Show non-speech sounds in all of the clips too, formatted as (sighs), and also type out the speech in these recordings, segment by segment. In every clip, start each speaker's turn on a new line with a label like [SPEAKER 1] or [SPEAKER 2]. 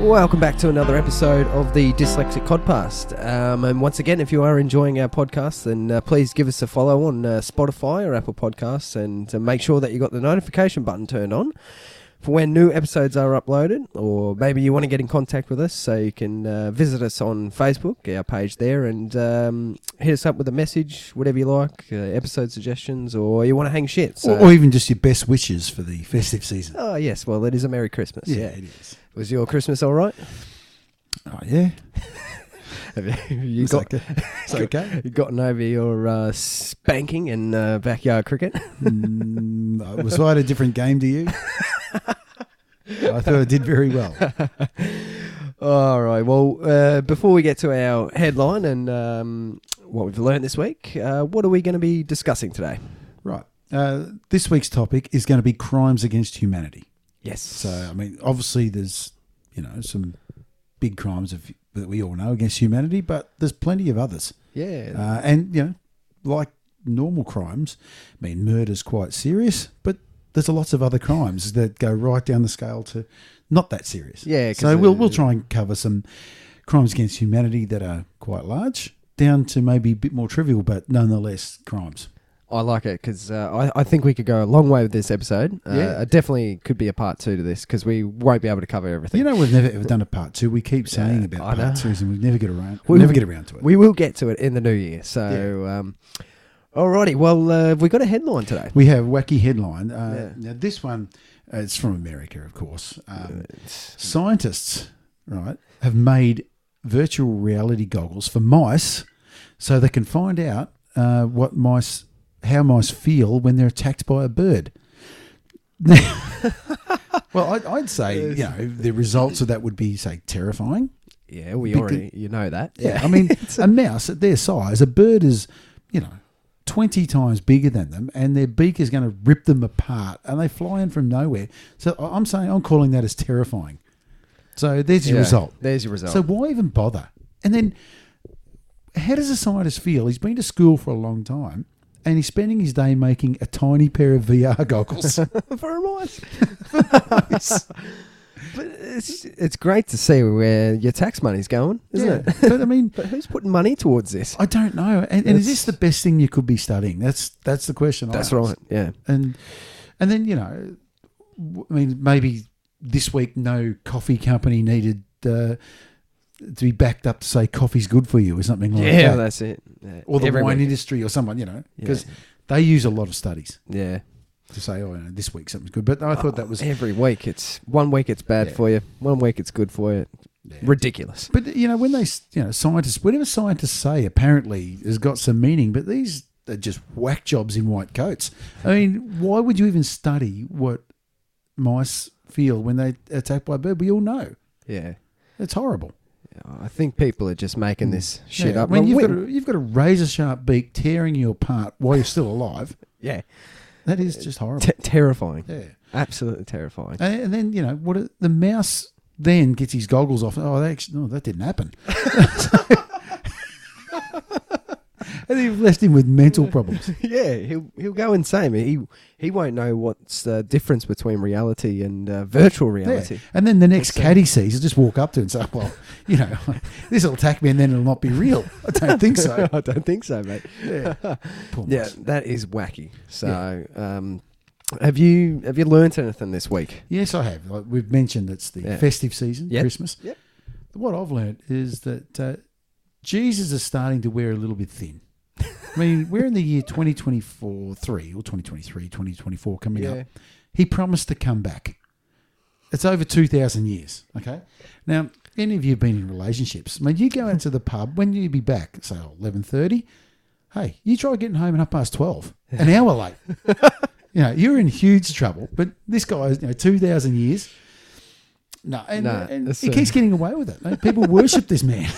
[SPEAKER 1] Welcome back to another episode of the Dyslexic Podcast. Um, and once again, if you are enjoying our podcast, then uh, please give us a follow on uh, Spotify or Apple Podcasts and uh, make sure that you got the notification button turned on for when new episodes are uploaded. Or maybe you want to get in contact with us, so you can uh, visit us on Facebook, our page there, and um, hit us up with a message, whatever you like, uh, episode suggestions, or you want to hang shit. So.
[SPEAKER 2] Or, or even just your best wishes for the festive season.
[SPEAKER 1] Oh yes, well it is a Merry Christmas.
[SPEAKER 2] yeah, it is.
[SPEAKER 1] was your Christmas all right?
[SPEAKER 2] Oh yeah,
[SPEAKER 1] Have you- you
[SPEAKER 2] it's
[SPEAKER 1] got (laughs)
[SPEAKER 2] okay. It's okay.
[SPEAKER 1] You gotten over your uh, spanking in uh, backyard cricket? (laughs)
[SPEAKER 2] Mm, was I at a different game to you? I thought I did
[SPEAKER 1] (laughs)
[SPEAKER 2] very well.
[SPEAKER 1] All right. Well, uh, before we get to our headline and um, what we've learned this week, uh, what are we going to be discussing today?
[SPEAKER 2] Right. Uh, this week's topic is going to be crimes against humanity.
[SPEAKER 1] Yes.
[SPEAKER 2] So I mean, obviously, there's you know some big crimes of that we all know against humanity, but there's plenty of others.
[SPEAKER 1] yeah.
[SPEAKER 2] Uh, and you know, like normal crimes, I mean, murder's quite serious, but there's lots of other crimes that go right down the scale to not that serious.
[SPEAKER 1] Yeah, 'cause
[SPEAKER 2] So we'll
[SPEAKER 1] the-
[SPEAKER 2] we'll try and cover some crimes against humanity that are quite large, down to maybe a bit more trivial, but nonetheless crimes.
[SPEAKER 1] I like it because uh, I, I think we could go a long way with this episode. Uh,
[SPEAKER 2] Yeah.
[SPEAKER 1] it definitely could be a part two to this because we won't be able to cover everything.
[SPEAKER 2] You know, we've never ever done a part two. We keep saying
[SPEAKER 1] Yeah, I
[SPEAKER 2] about
[SPEAKER 1] know.
[SPEAKER 2] part twos, and we never get around.
[SPEAKER 1] We-
[SPEAKER 2] We never get around to it.
[SPEAKER 1] we will get to it in the new year. So, um, alrighty. Well, uh, have we got a headline today?
[SPEAKER 2] We have wacky headline. Uh, Now this one, uh, it's from America, of course.
[SPEAKER 1] Uh,
[SPEAKER 2] Um, scientists, right, have made virtual reality goggles for mice, so they can find out uh, what mice, how mice feel when they're attacked by a bird. (laughs) well, I'd, I'd say you know the results of that would be say terrifying.
[SPEAKER 1] Yeah, we
[SPEAKER 2] Because-
[SPEAKER 1] already you know that.
[SPEAKER 2] Yeah, I (laughs) mean, a mouse at their size, a bird is, you know, 20 times bigger than them, and their beak is going to rip them apart, and they fly in from nowhere. So I- I'm saying, I'm calling that as terrifying. So there's your
[SPEAKER 1] Yeah,
[SPEAKER 2] result.
[SPEAKER 1] There's your
[SPEAKER 2] (laughs)
[SPEAKER 1] result.
[SPEAKER 2] So why even bother? And then, how does a scientist feel? He's been to school for a long time, and he's spending his day making a tiny pair of
[SPEAKER 1] (laughs)
[SPEAKER 2] VR goggles.
[SPEAKER 1] for a mice.
[SPEAKER 2] (laughs)
[SPEAKER 1] but it's it's great to see where your tax money's going, isn't
[SPEAKER 2] yeah.
[SPEAKER 1] it?
[SPEAKER 2] But I mean,
[SPEAKER 1] But who's putting money towards this?
[SPEAKER 2] I don't know. And, and is this
[SPEAKER 1] It's-
[SPEAKER 2] the best thing you could be studying? That's that's the question. I
[SPEAKER 1] That's
[SPEAKER 2] ask.
[SPEAKER 1] right. Yeah.
[SPEAKER 2] and and then you know, w- I mean, maybe this week no coffee company needed uh, to be backed up to say coffee's good for you or something like
[SPEAKER 1] Yeah,
[SPEAKER 2] that,
[SPEAKER 1] that's it. Yeah.
[SPEAKER 2] or the
[SPEAKER 1] Every
[SPEAKER 2] wine
[SPEAKER 1] week.
[SPEAKER 2] industry or someone, you know,
[SPEAKER 1] Yeah.
[SPEAKER 2] because they use a lot of studies
[SPEAKER 1] Yeah.
[SPEAKER 2] to say, oh, you know, this week something's good. But I thought that was
[SPEAKER 1] every week. It's one week it's bad
[SPEAKER 2] Yeah.
[SPEAKER 1] for you, one week it's good for you.
[SPEAKER 2] Yeah.
[SPEAKER 1] Ridiculous.
[SPEAKER 2] But you know, when they, s- you know, scientists, whatever scientists say, apparently has got some meaning. But these are just whack jobs in white coats. I mean, why would you even study what mice feel when they attacked by a bird? We all know
[SPEAKER 1] Yeah.
[SPEAKER 2] it's horrible.
[SPEAKER 1] I think people are just making this shit
[SPEAKER 2] Mm. Yeah,
[SPEAKER 1] up.
[SPEAKER 2] I mean,
[SPEAKER 1] Well,
[SPEAKER 2] you've
[SPEAKER 1] we-
[SPEAKER 2] got, a, you've got a razor sharp beak tearing you apart while you're still alive.
[SPEAKER 1] yeah.
[SPEAKER 2] (laughs) That is just horrible.
[SPEAKER 1] T- terrifying.
[SPEAKER 2] Yeah.
[SPEAKER 1] Absolutely
[SPEAKER 2] (laughs)
[SPEAKER 1] terrifying.
[SPEAKER 2] And, Uh, and then you know what? a- The mouse then gets his goggles off. Oh, that actually, no, that didn't happen. (laughs) and you've left him with mental problems.
[SPEAKER 1] Yeah, he'll he'll go insane. He he won't know what's the difference between reality and uh, virtual
[SPEAKER 2] Yeah.
[SPEAKER 1] reality.
[SPEAKER 2] And then the next cat he sees, he'll just walk up to it and say, "Well, you know, (laughs) this will attack me, and then it'll not be real." I don't
[SPEAKER 1] (laughs)
[SPEAKER 2] think so.
[SPEAKER 1] I don't think so, mate.
[SPEAKER 2] Yeah, Poor
[SPEAKER 1] Yeah,
[SPEAKER 2] mouse.
[SPEAKER 1] that is wacky. So, um, have you have you learnt anything this week?
[SPEAKER 2] Yes, I have. Like we've mentioned, it's the
[SPEAKER 1] Yeah.
[SPEAKER 2] festive season,
[SPEAKER 1] Yep.
[SPEAKER 2] Christmas.
[SPEAKER 1] Yep.
[SPEAKER 2] What I've learned is that uh, Jesus is starting to wear a little bit thin. I mean, we're in the year 2024, 3 or 2023, 2024 coming
[SPEAKER 1] Yeah.
[SPEAKER 2] up. He promised to come back. It's over 2,000 years, okay? Now, any of you have been in relationships. I mean, you go out to the pub, when you be back? Say, oh, 11.30. Hey, you try getting home at half past 12, an hour (laughs) late. you know, you're in huge trouble. But this guy is, you know, 2,000 years. No, and,
[SPEAKER 1] No,
[SPEAKER 2] and
[SPEAKER 1] it's,
[SPEAKER 2] he
[SPEAKER 1] uh,
[SPEAKER 2] keeps getting away with it. Like, People worship this (laughs) man.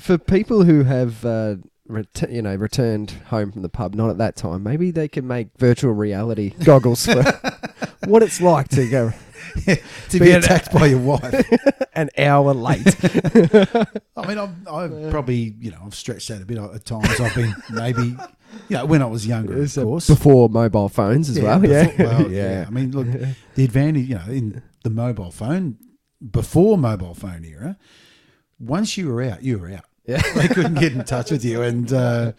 [SPEAKER 1] For people who have uh, ret- you know returned home from the pub, not at that time, maybe they can make virtual (laughs) reality goggles for what it's like to go
[SPEAKER 2] to
[SPEAKER 1] Being-
[SPEAKER 2] be attacked by your wife.
[SPEAKER 1] an hour (laughs) late.
[SPEAKER 2] (laughs) I mean, I've, I've probably, you know, I've stretched out a bit at times. I've been maybe, you know, when I was younger, of
[SPEAKER 1] So
[SPEAKER 2] course.
[SPEAKER 1] before mobile phones as (laughs) well.
[SPEAKER 2] before-
[SPEAKER 1] yeah.
[SPEAKER 2] well, I mean, look, the advantage, you know, in the mobile phone, before mobile phone era, once you were out, you were out.
[SPEAKER 1] Yeah.
[SPEAKER 2] (laughs) they couldn't get in touch with you. And, uh,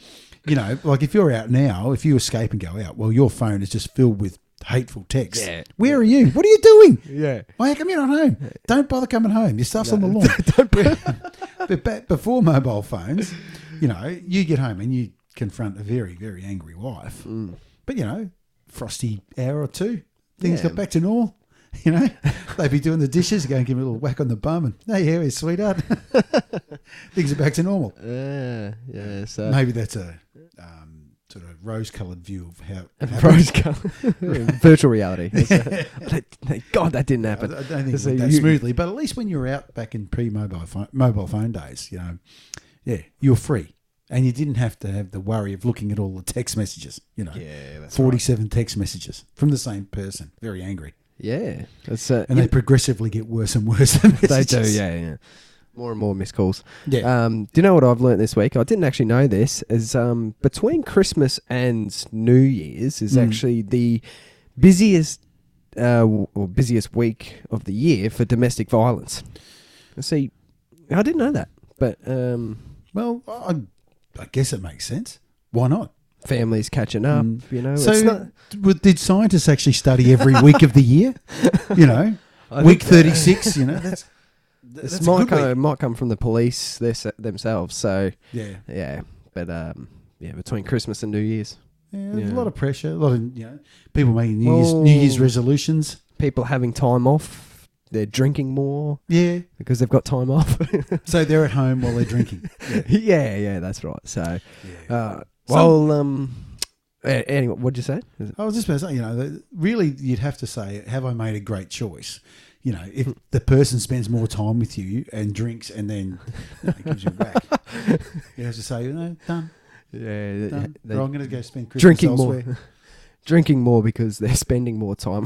[SPEAKER 2] you know, like if you're out now, if you escape and go out, well, your phone is just filled with hateful texts.
[SPEAKER 1] Yeah.
[SPEAKER 2] Where are you? What are you doing?
[SPEAKER 1] Yeah.
[SPEAKER 2] Why how come you're not home? Don't bother coming home. Your stuff's on the
[SPEAKER 1] (laughs)
[SPEAKER 2] lawn. (laughs) but back before mobile phones, you know, you get home and you confront a very, very angry wife.
[SPEAKER 1] Mm.
[SPEAKER 2] But you know, frosty hour or two, things
[SPEAKER 1] Yeah.
[SPEAKER 2] got back to normal. (laughs) You know, they'd be doing the dishes, go and give me a little whack on the bum, and hey, here is sweetheart. (laughs) things are back to normal.
[SPEAKER 1] Yeah. Uh, Yeah. So.
[SPEAKER 2] Maybe that's a um, sort of rose-coloured view of how. it
[SPEAKER 1] (laughs)
[SPEAKER 2] happened.
[SPEAKER 1] Rose colour. Virtual (laughs) reality. Thank God that didn't
[SPEAKER 2] I I
[SPEAKER 1] happen.
[SPEAKER 2] don't think
[SPEAKER 1] (laughs)
[SPEAKER 2] it
[SPEAKER 1] So
[SPEAKER 2] went that
[SPEAKER 1] you-
[SPEAKER 2] smoothly, but at least when you were out back in pre-mobile phone, mobile phone days, you know, yeah, you were free, and you didn't have to have the worry of looking at all the text messages. You know,
[SPEAKER 1] Yeah, that's
[SPEAKER 2] forty-seven text messages from the same person, very angry,
[SPEAKER 1] Yeah. That's uh,
[SPEAKER 2] and they progressively get worse and worse. (laughs) The
[SPEAKER 1] they do.
[SPEAKER 2] messages.
[SPEAKER 1] Yeah. Yeah. More and more missed calls.
[SPEAKER 2] yeah.
[SPEAKER 1] Um, do you know what I've learnt this week? I didn't actually know this. Is um, between Christmas and New Year's is
[SPEAKER 2] Mm.
[SPEAKER 1] actually the busiest uh, w- or busiest week of the year for domestic violence. See, I didn't know that, but um,
[SPEAKER 2] well, I, I guess it makes sense. Why not?
[SPEAKER 1] families catching up.
[SPEAKER 2] Mm.
[SPEAKER 1] You know,
[SPEAKER 2] so,
[SPEAKER 1] Oh, it's not,
[SPEAKER 2] w- did scientists actually study every week of the year? You know,
[SPEAKER 1] (laughs) I
[SPEAKER 2] week
[SPEAKER 1] think- uh,
[SPEAKER 2] thirty-six. You know,
[SPEAKER 1] (laughs)
[SPEAKER 2] that's that's
[SPEAKER 1] This
[SPEAKER 2] a
[SPEAKER 1] might
[SPEAKER 2] good
[SPEAKER 1] come,
[SPEAKER 2] week.
[SPEAKER 1] it might come from the police this, themselves. So
[SPEAKER 2] Yeah.
[SPEAKER 1] yeah, but um, yeah, between Christmas and New Year's,
[SPEAKER 2] Yeah, there's
[SPEAKER 1] Yeah.
[SPEAKER 2] a lot of pressure. A lot of you know, people making New Year's New Year's
[SPEAKER 1] Well-
[SPEAKER 2] resolutions.
[SPEAKER 1] people having time off, they're drinking more
[SPEAKER 2] Yeah,
[SPEAKER 1] because they've got time off. (laughs)
[SPEAKER 2] so they're at home while they're drinking.
[SPEAKER 1] yeah, yeah, that's right. So,
[SPEAKER 2] Yeah.
[SPEAKER 1] uh, well, um, a- anyway, what'd you say? Is it-
[SPEAKER 2] I was just about to say, you know, that really, you'd have to say, have I made a great choice? You know,
[SPEAKER 1] Hmm.
[SPEAKER 2] if the person spends more time with you and drinks and then you know, gives you
[SPEAKER 1] (laughs)
[SPEAKER 2] a whack, you have to say, you know, done,
[SPEAKER 1] Yeah, they-
[SPEAKER 2] done.
[SPEAKER 1] they-
[SPEAKER 2] Or I'm going to go spend Christmas
[SPEAKER 1] drinking
[SPEAKER 2] elsewhere.
[SPEAKER 1] more, drinking more because they're spending more time.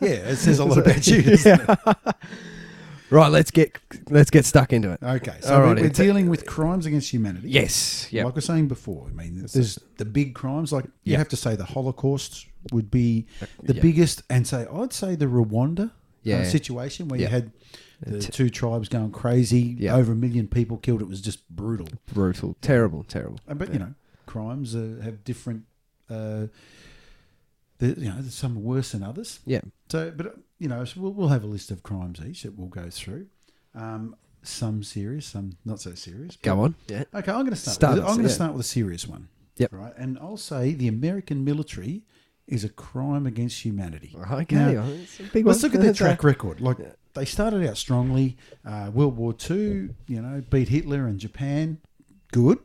[SPEAKER 2] Yeah, it
[SPEAKER 1] (laughs)
[SPEAKER 2] says a lot about you. doesn't it?
[SPEAKER 1] (laughs) right, let's get let's get stuck into it.
[SPEAKER 2] Okay,
[SPEAKER 1] All
[SPEAKER 2] so
[SPEAKER 1] right,
[SPEAKER 2] we're, we're
[SPEAKER 1] it's a-
[SPEAKER 2] dealing with crimes against humanity.
[SPEAKER 1] Yes, yeah,
[SPEAKER 2] Like I was saying before, I mean, there's the big crimes. Like you
[SPEAKER 1] Yeah. Uh,
[SPEAKER 2] have to say the Holocaust would be the
[SPEAKER 1] yeah.
[SPEAKER 2] biggest, and say I'd say the Rwanda uh,
[SPEAKER 1] Yeah.
[SPEAKER 2] situation where
[SPEAKER 1] Yeah.
[SPEAKER 2] you had the
[SPEAKER 1] T-
[SPEAKER 2] two tribes going crazy,
[SPEAKER 1] Yeah.
[SPEAKER 2] over a million people killed. It was just brutal.
[SPEAKER 1] brutal, terrible, terrible.
[SPEAKER 2] Uh, But you know, crimes uh, have different. Uh, the, you know, some are worse than others.
[SPEAKER 1] Yeah.
[SPEAKER 2] So, but uh, you know, so we'll, we'll have a list of crimes each that we'll go through. Um, some serious, some not so serious. but-
[SPEAKER 1] Go on. Yeah.
[SPEAKER 2] Okay, I'm going to start.
[SPEAKER 1] Start
[SPEAKER 2] with,
[SPEAKER 1] us,
[SPEAKER 2] I'm going to
[SPEAKER 1] yeah.
[SPEAKER 2] start with a serious one.
[SPEAKER 1] Yep.
[SPEAKER 2] Right, and I'll say the American military is a crime against humanity.
[SPEAKER 1] Okay.
[SPEAKER 2] Now,
[SPEAKER 1] well, it's a big
[SPEAKER 2] let's
[SPEAKER 1] one.
[SPEAKER 2] look
[SPEAKER 1] (laughs)
[SPEAKER 2] at their
[SPEAKER 1] That's a-
[SPEAKER 2] track record. Like they started out strongly. Uh, World War Two, you know, beat Hitler and Japan. Good,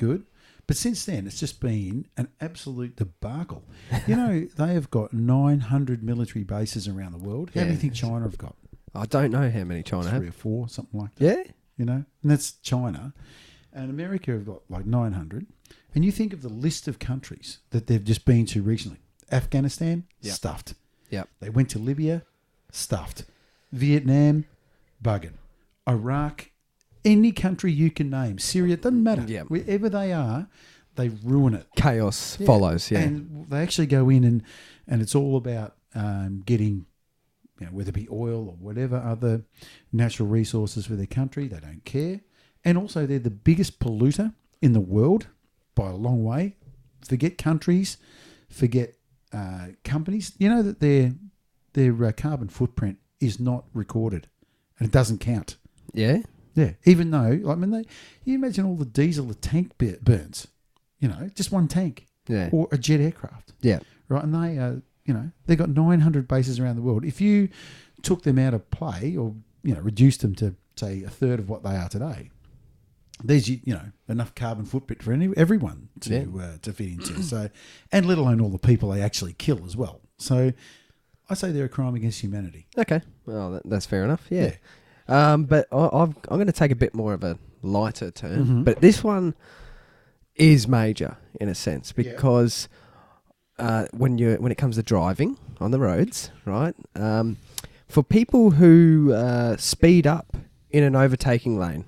[SPEAKER 2] good. But since then, it's just been an absolute debacle. You know,
[SPEAKER 1] (laughs)
[SPEAKER 2] they have got 900 military bases around the world. How many
[SPEAKER 1] Yeah.
[SPEAKER 2] think China have got?
[SPEAKER 1] I don't know how many China
[SPEAKER 2] Three
[SPEAKER 1] have.
[SPEAKER 2] or four, something like that
[SPEAKER 1] Yeah.
[SPEAKER 2] you know, and that's China. And America have got like 900. And you think of the list of countries that they've just been to recently Afghanistan,
[SPEAKER 1] Yep.
[SPEAKER 2] stuffed.
[SPEAKER 1] Yep.
[SPEAKER 2] They went to Libya, stuffed. Vietnam, bugging. Iraq, any country you can name, Syria, doesn't matter.
[SPEAKER 1] Yep.
[SPEAKER 2] Wherever they are, they ruin it.
[SPEAKER 1] Chaos
[SPEAKER 2] Yeah.
[SPEAKER 1] follows. Yeah.
[SPEAKER 2] And they actually go in and and it's all about um, getting, you know, whether it be oil or whatever other natural resources for their country. They don't care, and also they're the biggest polluter in the world by a long way. Forget countries, forget uh, companies. You know that their their uh, carbon footprint is not recorded, and it doesn't count.
[SPEAKER 1] yeah.
[SPEAKER 2] Yeah, even though I mean, they, you imagine all the diesel the tank bur- burns. You know, just one tank
[SPEAKER 1] Yeah.
[SPEAKER 2] or a jet aircraft,
[SPEAKER 1] Yeah.
[SPEAKER 2] right? And they, uh, you know, they've got 900 bases around the world. If you took them out of play or, you know, reduced them to, say, a third of what they are today, there's, you you know, enough carbon footprint for any, everyone to,
[SPEAKER 1] Yeah.
[SPEAKER 2] uh, to fit into. (clears throat) So, and let alone all the people they actually kill as well. So I say they're a crime against humanity.
[SPEAKER 1] Okay. Well, that, that's fair enough. Yeah. Um, but I, I've, I'm going to take a bit more of a lighter term.
[SPEAKER 2] Mm-hmm.
[SPEAKER 1] But this one is major in a sense because uh, when you when it comes to driving on the roads, right? Um, for people who uh, speed up in an overtaking lane.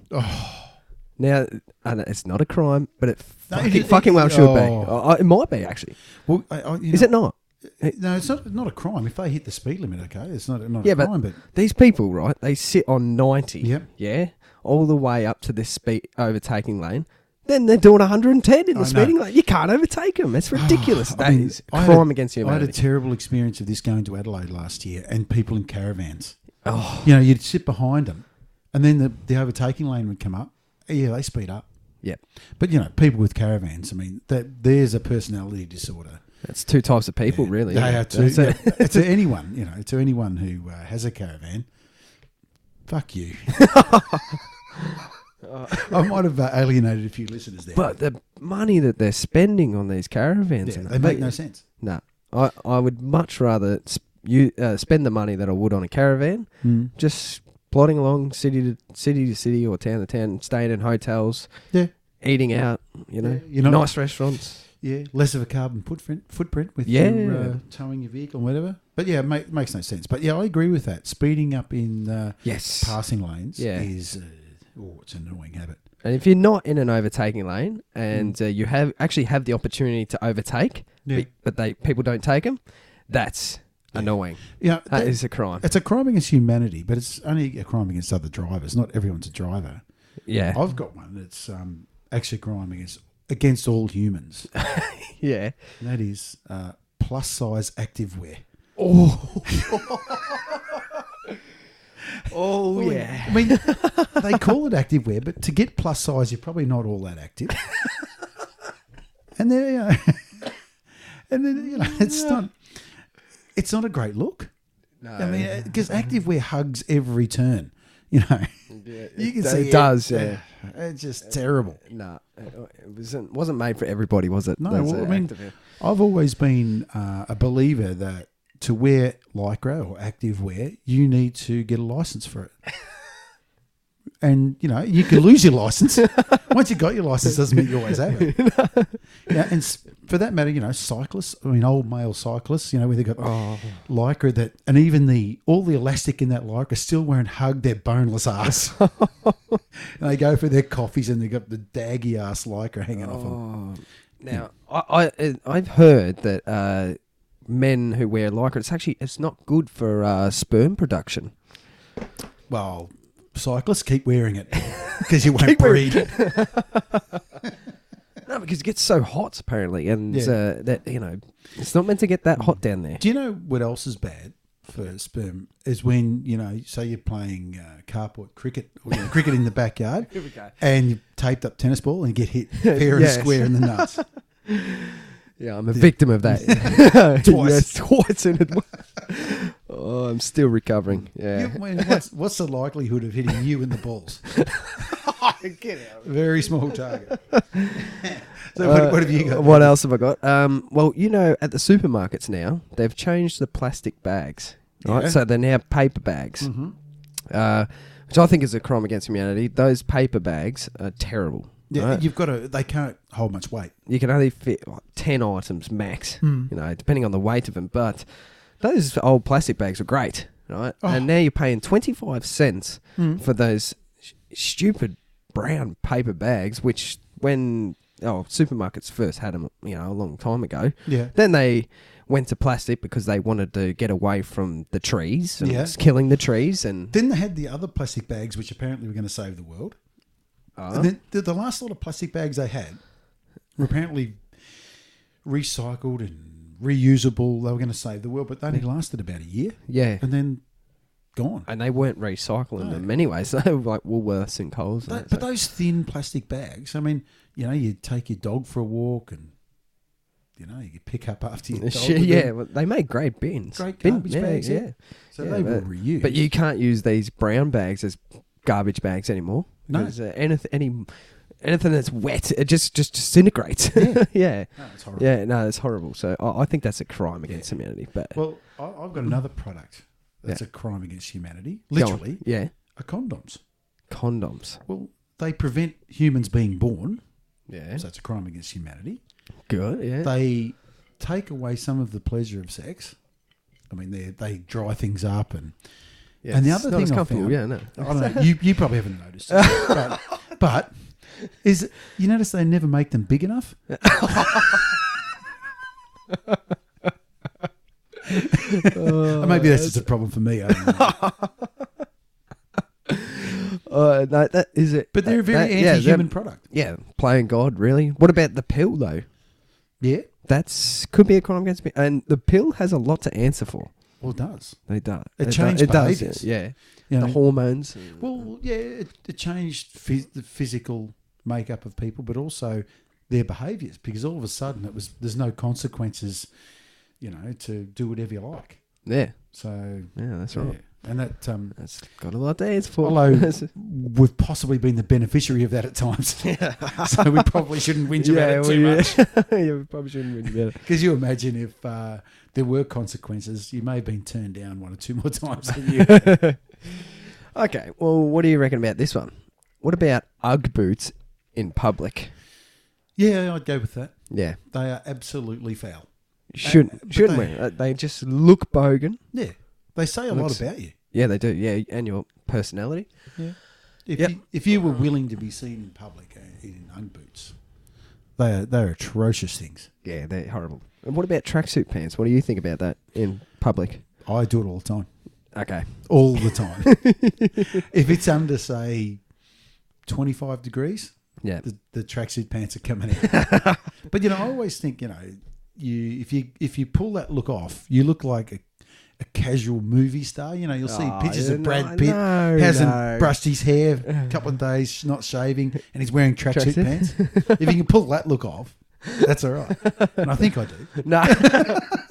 [SPEAKER 1] Now, I know it's not a crime, but it
[SPEAKER 2] Oh. No,
[SPEAKER 1] fucking,
[SPEAKER 2] it-
[SPEAKER 1] fucking well should be.
[SPEAKER 2] oh.
[SPEAKER 1] I- I- It might be actually.
[SPEAKER 2] Well, I, I, you
[SPEAKER 1] Is
[SPEAKER 2] know,
[SPEAKER 1] it not?
[SPEAKER 2] No, it's not not a crime if they hit the speed limit. Okay, it's not not
[SPEAKER 1] Yeah,
[SPEAKER 2] a
[SPEAKER 1] but-
[SPEAKER 2] crime, but
[SPEAKER 1] These people, right? They sit on ninety.
[SPEAKER 2] Yep.
[SPEAKER 1] Yeah, all the way up to this speed overtaking lane. Then they're doing 110 in the
[SPEAKER 2] I know.
[SPEAKER 1] speeding lane. You can't overtake them. It's ridiculous.
[SPEAKER 2] (sighs) I
[SPEAKER 1] That
[SPEAKER 2] mean,
[SPEAKER 1] is
[SPEAKER 2] I had a-
[SPEAKER 1] crime against
[SPEAKER 2] I had a
[SPEAKER 1] humanity.
[SPEAKER 2] terrible experience of this going to Adelaide last year and people in caravans.
[SPEAKER 1] oh,
[SPEAKER 2] You know, you'd sit behind them, and then the, the overtaking lane would come up. Yeah, they speed up.
[SPEAKER 1] yeah.
[SPEAKER 2] But you know, people with caravans. I mean, that there's a personality disorder.
[SPEAKER 1] That's two types of people, really.
[SPEAKER 2] They are to,
[SPEAKER 1] That's it.
[SPEAKER 2] yeah, (laughs) to anyone. You know, to anyone who uh, has a caravan. Fuck
[SPEAKER 1] (laughs)
[SPEAKER 2] you. I might have uh, alienated a few listeners there.
[SPEAKER 1] But the money that they're spending on these caravans,
[SPEAKER 2] yeah,
[SPEAKER 1] and
[SPEAKER 2] they make no sense.
[SPEAKER 1] No, I, I would much rather sp- you uh, spend the money that I would on a caravan, just plodding along city to city to city or town to town, staying in hotels,
[SPEAKER 2] Yeah,
[SPEAKER 1] eating out, you know,
[SPEAKER 2] Yeah, you know-
[SPEAKER 1] nice restaurants.
[SPEAKER 2] yeah. Less of a carbon footprint footprint with
[SPEAKER 1] Yeah.
[SPEAKER 2] your, uh, towing your vehicle, and whatever. But yeah, it ma- makes no sense. But yeah, I agree with that. Speeding up in uh,
[SPEAKER 1] Yes.
[SPEAKER 2] passing lanes
[SPEAKER 1] Yeah.
[SPEAKER 2] is uh, oh, it's an annoying habit.
[SPEAKER 1] And if you're not in an overtaking lane and uh, you have actually have the opportunity to overtake,
[SPEAKER 2] Mm. Yeah.
[SPEAKER 1] but, but they people don't take them, that's
[SPEAKER 2] (laughs)
[SPEAKER 1] annoying.
[SPEAKER 2] Yeah,
[SPEAKER 1] That is a crime.
[SPEAKER 2] It's a crime against humanity, but it's only a crime against other drivers. Not everyone's a driver.
[SPEAKER 1] Yeah.
[SPEAKER 2] I've got one that's um, actually a crime against against all humans. and
[SPEAKER 1] Yeah.
[SPEAKER 2] that is uh, plus size active wear. (laughs)
[SPEAKER 1] Oh yeah.
[SPEAKER 2] I mean, they call it active wear, but to get plus size, you're probably not all
[SPEAKER 1] (laughs)
[SPEAKER 2] that active. and then, you know, (laughs) and then you know, it's not it's not a great look.
[SPEAKER 1] No. Mm-hmm.
[SPEAKER 2] I mean, because active wear hugs every turn. You know, you can
[SPEAKER 1] it
[SPEAKER 2] see
[SPEAKER 1] does,
[SPEAKER 2] it's just terrible.
[SPEAKER 1] No, it it wasn't wasn't made for everybody, was it?
[SPEAKER 2] No,
[SPEAKER 1] That's
[SPEAKER 2] well, I
[SPEAKER 1] an
[SPEAKER 2] mean,
[SPEAKER 1] act of it.
[SPEAKER 2] I've always been uh, a believer that to wear lycra or active wear, you need to get a license for
[SPEAKER 1] (laughs)
[SPEAKER 2] it. And you know you can lose
[SPEAKER 1] (laughs)
[SPEAKER 2] your license. Once you got your license, doesn't mean you always have it. Yeah, and s- for that matter, you know, cyclists. I mean, old male cyclists. You know, where they got
[SPEAKER 1] Oh.
[SPEAKER 2] lycra that, and even the all the elastic in that lycra still won't hug their
[SPEAKER 1] (laughs)
[SPEAKER 2] boneless ass. and they go for their coffees, and they got the daggy ass lycra hanging off them.
[SPEAKER 1] Oh, now I, I I've heard that uh, men who wear lycra, it's actually it's not good for uh, sperm production.
[SPEAKER 2] Well, cyclists keep wearing it (laughs) because you won't breed.
[SPEAKER 1] No, because it gets so hot apparently, and
[SPEAKER 2] Yeah.
[SPEAKER 1] uh, that you know it's not meant to get that hot down there.
[SPEAKER 2] Do you know what else is bad for sperm? Is when you know, say you're playing uh, carport cricket or you know, cricket in
[SPEAKER 1] (laughs)
[SPEAKER 2] the backyard,
[SPEAKER 1] go.
[SPEAKER 2] and you taped up tennis ball and you get hit
[SPEAKER 1] (laughs)
[SPEAKER 2] fair
[SPEAKER 1] Yes.
[SPEAKER 2] and square in the nuts.
[SPEAKER 1] Yeah, I'm a victim of
[SPEAKER 2] (laughs)
[SPEAKER 1] that.
[SPEAKER 2] Twice.
[SPEAKER 1] Yeah, twice in a- Oh, I'm still recovering. (laughs)
[SPEAKER 2] You-
[SPEAKER 1] Yeah.
[SPEAKER 2] when- what's, what's the likelihood of hitting you in
[SPEAKER 1] (laughs)
[SPEAKER 2] the balls? Very small target. (laughs) so what, what have you
[SPEAKER 1] Uh,
[SPEAKER 2] got?
[SPEAKER 1] What else have I got? Um, well, you know, at the supermarkets now, they've changed the plastic bags, right?
[SPEAKER 2] Yeah. Mm-hmm.
[SPEAKER 1] So they're now paper bags, uh, which I think is a crime against humanity. Those paper bags are terrible.
[SPEAKER 2] yeah,
[SPEAKER 1] right?
[SPEAKER 2] You've got to. They can't hold much weight.
[SPEAKER 1] You can only fit like, 10 items max,
[SPEAKER 2] Hmm.
[SPEAKER 1] you know, depending on the weight of them. But those old plastic bags are great, right?
[SPEAKER 2] Oh.
[SPEAKER 1] And now you're paying 25 cents
[SPEAKER 2] Hmm.
[SPEAKER 1] for those sh- stupid brown paper bags, which when oh, supermarkets first had them, you know, a long time ago.
[SPEAKER 2] Yeah.
[SPEAKER 1] Then they went to plastic because they wanted to get away from the trees and
[SPEAKER 2] Yeah.
[SPEAKER 1] it's killing the trees and
[SPEAKER 2] Then they had the other plastic bags, which apparently were going to save the world.
[SPEAKER 1] uh,
[SPEAKER 2] And then the, the last lot of plastic bags they had were apparently recycled and reusable. They were going to save the world, but they only lasted about a year
[SPEAKER 1] yeah.
[SPEAKER 2] and then gone.
[SPEAKER 1] And they weren't recycling them anyway, (laughs) so they were like Woolworths and Coles. And
[SPEAKER 2] Tho-
[SPEAKER 1] that,
[SPEAKER 2] but
[SPEAKER 1] so-
[SPEAKER 2] those thin plastic bags, I mean, you know, you take your dog for a walk and, you know, you pick up
[SPEAKER 1] (laughs)
[SPEAKER 2] after your dog.
[SPEAKER 1] Shit,
[SPEAKER 2] with
[SPEAKER 1] yeah,
[SPEAKER 2] them.
[SPEAKER 1] well, they made great bins.
[SPEAKER 2] Great
[SPEAKER 1] Bin-
[SPEAKER 2] garbage bags, yeah. So
[SPEAKER 1] Yeah,
[SPEAKER 2] they will
[SPEAKER 1] but-
[SPEAKER 2] reuse.
[SPEAKER 1] But you can't use these brown bags as garbage bags anymore.
[SPEAKER 2] No.
[SPEAKER 1] because, uh, anything, any, anything that's wet, it just just disintegrates.
[SPEAKER 2] Yeah.
[SPEAKER 1] (laughs) yeah,
[SPEAKER 2] No, it's horrible.
[SPEAKER 1] yeah. No, it's horrible. So I, I think that's a crime against humanity. But
[SPEAKER 2] Well, I, I've got another product that's a crime against humanity.
[SPEAKER 1] Go on.
[SPEAKER 2] Literally,
[SPEAKER 1] yeah,
[SPEAKER 2] are condoms.
[SPEAKER 1] condoms.
[SPEAKER 2] Well, they prevent humans being born,
[SPEAKER 1] Yeah,
[SPEAKER 2] so it's a crime against humanity.
[SPEAKER 1] good. Yeah,
[SPEAKER 2] They take away some of the pleasure of sex. I mean, they they dry things up and
[SPEAKER 1] yeah.
[SPEAKER 2] and the
[SPEAKER 1] it's
[SPEAKER 2] other
[SPEAKER 1] not
[SPEAKER 2] thing
[SPEAKER 1] as
[SPEAKER 2] I
[SPEAKER 1] comfortable.
[SPEAKER 2] found-
[SPEAKER 1] yeah, no.
[SPEAKER 2] I don't know. You you probably haven't
[SPEAKER 1] (laughs)
[SPEAKER 2] noticed, this, but, but is you
[SPEAKER 1] (laughs)
[SPEAKER 2] notice they never make them big enough?
[SPEAKER 1] Oh,
[SPEAKER 2] Or maybe that's just a problem for me. I
[SPEAKER 1] (laughs)
[SPEAKER 2] don't know.
[SPEAKER 1] Uh, no, that is it.
[SPEAKER 2] But they're a very
[SPEAKER 1] That- yeah,
[SPEAKER 2] anti-human
[SPEAKER 1] they're-
[SPEAKER 2] product.
[SPEAKER 1] Yeah, playing God, really. What about the pill, though?
[SPEAKER 2] Yeah.
[SPEAKER 1] That's could be a crime against me. And the pill has a lot to answer for.
[SPEAKER 2] Well, it does.
[SPEAKER 1] They do.
[SPEAKER 2] It
[SPEAKER 1] do-
[SPEAKER 2] changed
[SPEAKER 1] does,
[SPEAKER 2] behaviours.
[SPEAKER 1] Yeah.
[SPEAKER 2] You
[SPEAKER 1] The
[SPEAKER 2] know,
[SPEAKER 1] hormones.
[SPEAKER 2] well, yeah, it, it changed phys- the physical makeup of people, but also their behaviours because all of a sudden it was there's no consequences, you know, to do whatever you like.
[SPEAKER 1] Yeah.
[SPEAKER 2] So
[SPEAKER 1] Yeah, that's
[SPEAKER 2] yeah.
[SPEAKER 1] right.
[SPEAKER 2] and that um,
[SPEAKER 1] That's got a lot to answer for. (laughs)
[SPEAKER 2] although we've possibly been the beneficiary of that at times, (laughs) so we probably shouldn't whinge about it
[SPEAKER 1] well,
[SPEAKER 2] too
[SPEAKER 1] yeah.
[SPEAKER 2] much.
[SPEAKER 1] (laughs) yeah, we probably shouldn't really about it.
[SPEAKER 2] Because you imagine if uh, there were consequences, you may have been turned down one or two more (laughs) times
[SPEAKER 1] (laughs)
[SPEAKER 2] than you.
[SPEAKER 1] Okay, well, what do you reckon about this one? What about Ugg boots in public?
[SPEAKER 2] yeah, I'd go with that.
[SPEAKER 1] Yeah,
[SPEAKER 2] They are absolutely foul.
[SPEAKER 1] shouldn't
[SPEAKER 2] Uh, but
[SPEAKER 1] shouldn't
[SPEAKER 2] they-
[SPEAKER 1] we? Uh, They just look bogan.
[SPEAKER 2] Yeah, they say a
[SPEAKER 1] Looks-
[SPEAKER 2] lot about you.
[SPEAKER 1] Yeah, they do. Yeah, and your personality.
[SPEAKER 2] Yeah. If,
[SPEAKER 1] Yep.
[SPEAKER 2] you, if you were willing to be seen in public uh, in Ugg boots, they are they're atrocious things.
[SPEAKER 1] Yeah, they're horrible. And what about tracksuit pants? What do you think about that in public?
[SPEAKER 2] I do it all the time,
[SPEAKER 1] Okay.
[SPEAKER 2] all the time. if it's under say twenty five degrees,
[SPEAKER 1] Yeah.
[SPEAKER 2] the, the tracksuit pants are coming out.
[SPEAKER 1] (laughs)
[SPEAKER 2] but you know, I always think you know, you if you if you pull that look off, you look like a, a casual movie star. You know, you'll see
[SPEAKER 1] Oh,
[SPEAKER 2] pictures
[SPEAKER 1] yeah,
[SPEAKER 2] of
[SPEAKER 1] no,
[SPEAKER 2] Brad Pitt
[SPEAKER 1] no,
[SPEAKER 2] hasn't
[SPEAKER 1] (laughs) no.
[SPEAKER 2] brushed his hair a
[SPEAKER 1] (laughs)
[SPEAKER 2] couple of days, not shaving, and he's wearing tracksuit
[SPEAKER 1] Tracksuit.
[SPEAKER 2] pants.
[SPEAKER 1] (laughs)
[SPEAKER 2] if you can pull that look off, that's all right. And I think I do.
[SPEAKER 1] No. (laughs)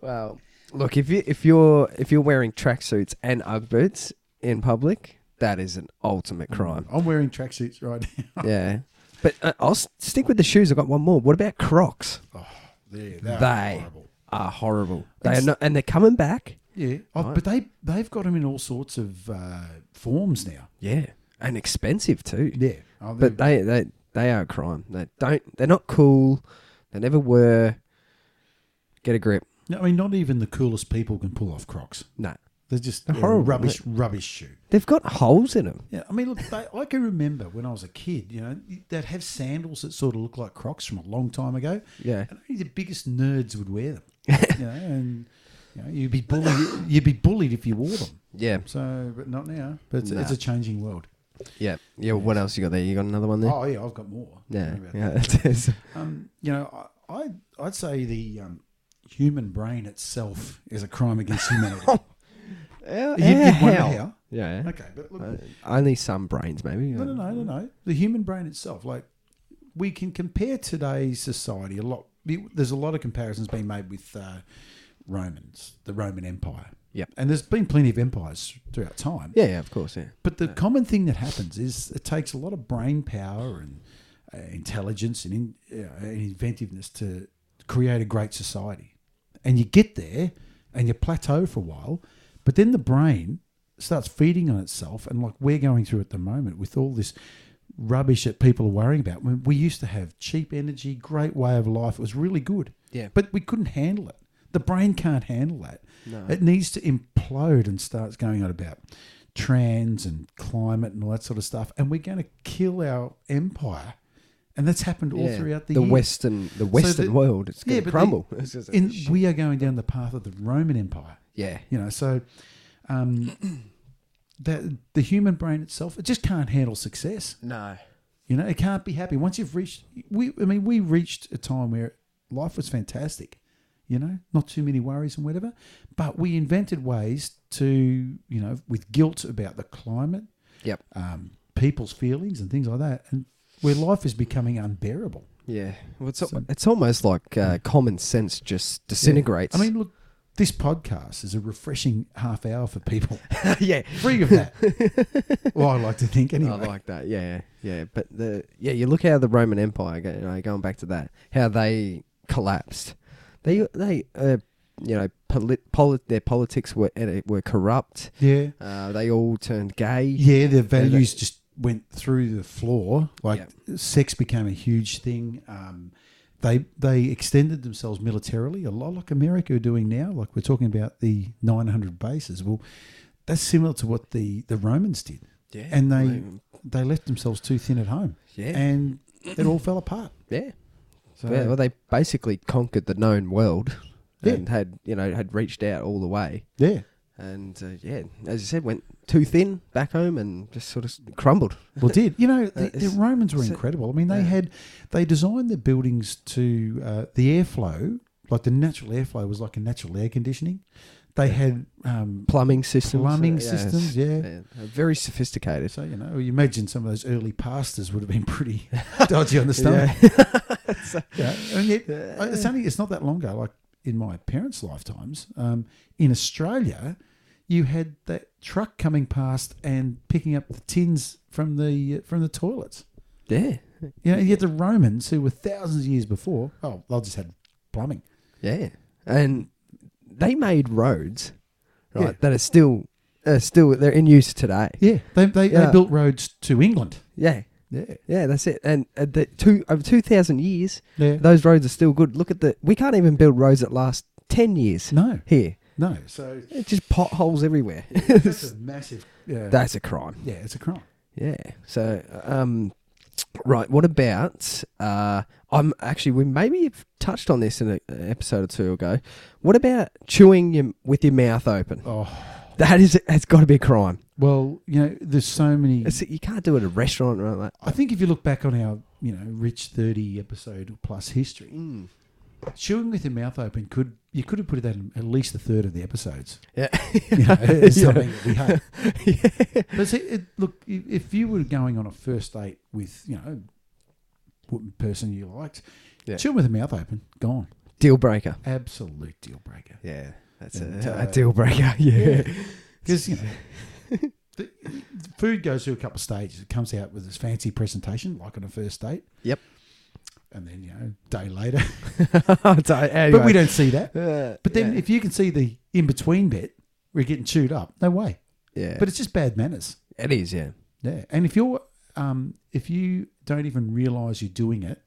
[SPEAKER 1] well, look if you if you're if you're wearing tracksuits and UGG boots in public, that is an
[SPEAKER 2] Mm.
[SPEAKER 1] ultimate crime.
[SPEAKER 2] I'm wearing tracksuits right now. (laughs)
[SPEAKER 1] Yeah. But uh, I'll s- stick with the shoes. I've got one more. What about Crocs?
[SPEAKER 2] Oh, there, they are
[SPEAKER 1] They-
[SPEAKER 2] horrible.
[SPEAKER 1] Are horrible. They are
[SPEAKER 2] It's-
[SPEAKER 1] not, and they're coming back.
[SPEAKER 2] Yeah, oh, but they they've got them in all sorts of uh, forms now.
[SPEAKER 1] Yeah, and expensive too.
[SPEAKER 2] Yeah, oh, they're-
[SPEAKER 1] But they they they are a crime. They don't. They're not cool. They never were. Get a grip.
[SPEAKER 2] No, I mean, not even the coolest people can pull off Crocs.
[SPEAKER 1] No.
[SPEAKER 2] They're just
[SPEAKER 1] They're
[SPEAKER 2] yeah,
[SPEAKER 1] horrible,
[SPEAKER 2] rubbish, rubbish shoe.
[SPEAKER 1] They've got holes in them.
[SPEAKER 2] Yeah, I mean, look, they, I can remember when I was a kid. You know, they'd have sandals that sort of look like Crocs from a long time ago,
[SPEAKER 1] Yeah.
[SPEAKER 2] and only the biggest nerds would wear them. you know, and you know, you'd be bullied. You'd be bullied if you wore them.
[SPEAKER 1] Yeah.
[SPEAKER 2] So, but not now. But it's,
[SPEAKER 1] Nah.
[SPEAKER 2] it's a changing world.
[SPEAKER 1] Yeah. Yeah. What else you got there? You got another one there?
[SPEAKER 2] Oh yeah, I've got more.
[SPEAKER 1] yeah.
[SPEAKER 2] Don't worry about
[SPEAKER 1] Yeah.
[SPEAKER 2] that.
[SPEAKER 1] It (laughs) is.
[SPEAKER 2] Um, you know, I, I I'd say the um, human brain itself is a crime against humanity.
[SPEAKER 1] Yeah.
[SPEAKER 2] You- you'd wonder
[SPEAKER 1] how?
[SPEAKER 2] how.
[SPEAKER 1] Yeah.
[SPEAKER 2] Okay, but look,
[SPEAKER 1] Uh, only some brains, maybe.
[SPEAKER 2] eh? No, no, no, no, no. The human brain itself, like we can compare today's society a lot. There's a lot of comparisons being made with uh, Romans, the Roman Empire.
[SPEAKER 1] Yep.
[SPEAKER 2] And there's been plenty of empires throughout time.
[SPEAKER 1] Yeah. Yeah. Of course. Yeah.
[SPEAKER 2] But the common thing that happens is it takes a lot of brain power and uh, intelligence and, in, uh, and inventiveness to create a great society. And you get there and you plateau for a while, but then the brain starts feeding on itself. And like we're going through at the moment with all this rubbish that people are worrying about. When we used to have cheap energy, great way of life. It was really good.
[SPEAKER 1] Yeah.
[SPEAKER 2] But we couldn't handle it. The brain can't handle that.
[SPEAKER 1] No.
[SPEAKER 2] It needs to implode and starts going on about trans and climate and all that sort of stuff. And we're going to kill our empire. And that's happened all
[SPEAKER 1] Yeah.
[SPEAKER 2] throughout the,
[SPEAKER 1] the
[SPEAKER 2] year.
[SPEAKER 1] Western the Western
[SPEAKER 2] the-
[SPEAKER 1] world. It's going to
[SPEAKER 2] but (laughs)
[SPEAKER 1] crumble. (laughs)
[SPEAKER 2] the-
[SPEAKER 1] It's just like,
[SPEAKER 2] in, we are going down the path of the Roman Empire.
[SPEAKER 1] yeah.
[SPEAKER 2] You know, so um, (clears throat) that the human brain itself, it just can't handle success.
[SPEAKER 1] No.
[SPEAKER 2] You know, it can't be happy. Once you've reached, we, I mean, we reached a time where life was fantastic, you know, not too many worries and whatever. But we invented ways to, you know, with guilt about the climate,
[SPEAKER 1] Yep.
[SPEAKER 2] um, people's feelings and things like that, and where life is becoming unbearable.
[SPEAKER 1] Yeah. Well, it's, al- it's almost like uh, common sense just disintegrates.
[SPEAKER 2] Mm. I mean, look, this podcast is a refreshing half hour for people,
[SPEAKER 1] (laughs)
[SPEAKER 2] (laughs)
[SPEAKER 1] yeah.
[SPEAKER 2] free of that.
[SPEAKER 1] (laughs)
[SPEAKER 2] well, I like to think
[SPEAKER 1] I
[SPEAKER 2] anyway.
[SPEAKER 1] like that. Yeah, yeah. But the yeah, you look how the Roman Empire, go- you know, going back to that, how they collapsed. They they uh, you know polit, polit, their politics were uh, were corrupt.
[SPEAKER 2] Yeah,
[SPEAKER 1] Uh, they all turned gay.
[SPEAKER 2] yeah, the values just went through the floor. Like sex became a huge thing. Um, they they extended themselves militarily a lot, like America are doing now. Like we're talking about the 900 bases. Well, that's similar to what the the Romans did.
[SPEAKER 1] Yeah,
[SPEAKER 2] and they
[SPEAKER 1] well,
[SPEAKER 2] they left themselves too thin at home.
[SPEAKER 1] Yeah.
[SPEAKER 2] and it all fell apart.
[SPEAKER 1] yeah.
[SPEAKER 2] So
[SPEAKER 1] Yeah, Well, they basically conquered the known world.
[SPEAKER 2] Yeah.
[SPEAKER 1] and had you know had reached out all the way.
[SPEAKER 2] Yeah.
[SPEAKER 1] And uh, yeah, as you said, went too thin back home and just sort of crumbled.
[SPEAKER 2] Well, did you
[SPEAKER 1] (laughs)
[SPEAKER 2] know the, the
[SPEAKER 1] Uh, it's-
[SPEAKER 2] Romans were
[SPEAKER 1] it's a-
[SPEAKER 2] incredible? I mean, they
[SPEAKER 1] yeah.
[SPEAKER 2] had they designed their buildings to uh, the airflow, like the natural airflow was like a natural air conditioning. They had um,
[SPEAKER 1] Plumbing systems,
[SPEAKER 2] Plumbing
[SPEAKER 1] yes,
[SPEAKER 2] systems, yeah.
[SPEAKER 1] yeah, very sophisticated.
[SPEAKER 2] so you know you imagine some of those early pastors would have been
[SPEAKER 1] (laughs)
[SPEAKER 2] pretty (laughs) dodgy on the stomach.
[SPEAKER 1] Yeah.
[SPEAKER 2] (laughs) Yeah. And yet, uh, it's only it's not that long ago. Like in my parents' lifetimes, um, in Australia, you had that truck coming past and picking up the tins from the uh, from the toilets.
[SPEAKER 1] yeah,
[SPEAKER 2] You know, and yet the Romans, who were thousands of years before, oh, they just had plumbing.
[SPEAKER 1] yeah, and they made roads, right?
[SPEAKER 2] Yeah.
[SPEAKER 1] That are still, uh, still they're in use today.
[SPEAKER 2] Yeah, they they, they
[SPEAKER 1] Yeah.
[SPEAKER 2] built roads to England.
[SPEAKER 1] Yeah,
[SPEAKER 2] Yeah,
[SPEAKER 1] yeah, that's it. And uh, the two over two thousand years,
[SPEAKER 2] yeah.
[SPEAKER 1] those roads are still good. Look at the. We can't even build roads that last ten years
[SPEAKER 2] No,
[SPEAKER 1] here.
[SPEAKER 2] no. (laughs) So
[SPEAKER 1] It's just potholes everywhere.
[SPEAKER 2] that's a massive. Yeah,
[SPEAKER 1] (laughs) that's a crime.
[SPEAKER 2] yeah, it's a crime.
[SPEAKER 1] Yeah. So, um, right. What about? Uh, I'm actually we maybe have touched on this in a, an episode or two ago. What about chewing your, with your mouth open?
[SPEAKER 2] Oh
[SPEAKER 1] That is, it's got to be a crime.
[SPEAKER 2] well, you know, there's so many.
[SPEAKER 1] It's, you can't do it at a restaurant or like
[SPEAKER 2] I think if you look back on our you know rich thirty episode plus
[SPEAKER 1] that.
[SPEAKER 2] history,
[SPEAKER 1] mm.
[SPEAKER 2] chewing with your mouth open could you could have put that in at least a third of the episodes.
[SPEAKER 1] Yeah. (laughs)
[SPEAKER 2] (laughs) You know, it's
[SPEAKER 1] Yeah.
[SPEAKER 2] something that we hate.
[SPEAKER 1] (laughs) yeah.
[SPEAKER 2] But see, it, look, i- if you were going on a first date with, you know, what person you liked,
[SPEAKER 1] Yeah.
[SPEAKER 2] chew with the mouth open, gone.
[SPEAKER 1] Deal breaker.
[SPEAKER 2] Absolute deal breaker.
[SPEAKER 1] Yeah. That's
[SPEAKER 2] And,
[SPEAKER 1] a,
[SPEAKER 2] uh,
[SPEAKER 1] a deal breaker. (laughs) Yeah.
[SPEAKER 2] Because, you know,
[SPEAKER 1] (laughs)
[SPEAKER 2] the, the food goes through a couple of stages. It comes out with this fancy presentation, like on a first date.
[SPEAKER 1] Yep.
[SPEAKER 2] And then, you know, day later.
[SPEAKER 1] So,
[SPEAKER 2] But
[SPEAKER 1] (laughs)
[SPEAKER 2] we
[SPEAKER 1] anyway.
[SPEAKER 2] don't see that.
[SPEAKER 1] Uh,
[SPEAKER 2] But then
[SPEAKER 1] yeah.
[SPEAKER 2] if you can see the in between bit, we're getting chewed up. No way.
[SPEAKER 1] yeah.
[SPEAKER 2] But it's just bad manners.
[SPEAKER 1] it is. Yeah.
[SPEAKER 2] Yeah, and if you're um, if you don't even realise you're doing it,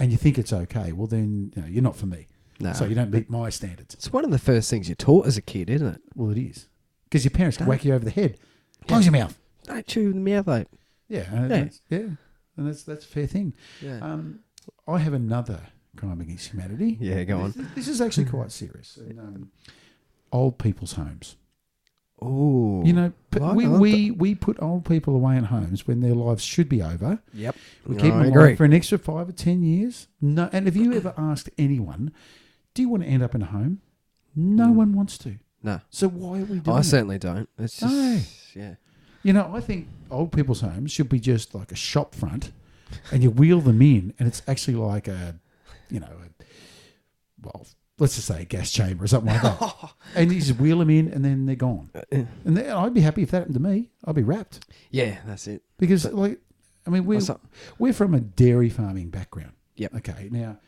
[SPEAKER 2] and you think it's okay, well then you know, you're not for me.
[SPEAKER 1] No.
[SPEAKER 2] So you don't meet my standards.
[SPEAKER 1] it's one of the first things you're taught as a kid, isn't it?
[SPEAKER 2] Well, it is because your parents can
[SPEAKER 1] Don't-
[SPEAKER 2] whack you over the head. Close your mouth.
[SPEAKER 1] Don't chew with your mouth open.
[SPEAKER 2] Yeah, and that's- yeah, and that's that's a fair thing.
[SPEAKER 1] Yeah.
[SPEAKER 2] Um, I have another crime against humanity.
[SPEAKER 1] yeah. Go on.
[SPEAKER 2] This, this is actually
[SPEAKER 1] (laughs)
[SPEAKER 2] quite serious. And, um, old people's homes.
[SPEAKER 1] Oh,
[SPEAKER 2] You know, p-
[SPEAKER 1] Right,
[SPEAKER 2] we,
[SPEAKER 1] I like
[SPEAKER 2] we, we put old people away in homes when their lives should be over.
[SPEAKER 1] Yep.
[SPEAKER 2] We
[SPEAKER 1] No,
[SPEAKER 2] keep
[SPEAKER 1] I
[SPEAKER 2] them
[SPEAKER 1] agree.
[SPEAKER 2] alive for an extra five or ten years. No, and have you ever asked anyone, "Do you want to end up in a home?" No one wants to.
[SPEAKER 1] No.
[SPEAKER 2] So why are we doing?
[SPEAKER 1] I
[SPEAKER 2] it?
[SPEAKER 1] certainly don't. It's just
[SPEAKER 2] No.
[SPEAKER 1] yeah.
[SPEAKER 2] You know, I think old people's homes should be just like a shop front, and you wheel them in, and it's actually like a, you know, a, well, let's just say a gas chamber or something like that, and you just wheel them in, and then they're gone. And then I'd be happy if that happened to me. I'd be wrapped
[SPEAKER 1] Yeah, that's it.
[SPEAKER 2] because, like, I mean, we're
[SPEAKER 1] Also-
[SPEAKER 2] we're from a dairy farming background.
[SPEAKER 1] Yep.
[SPEAKER 2] Okay. Now,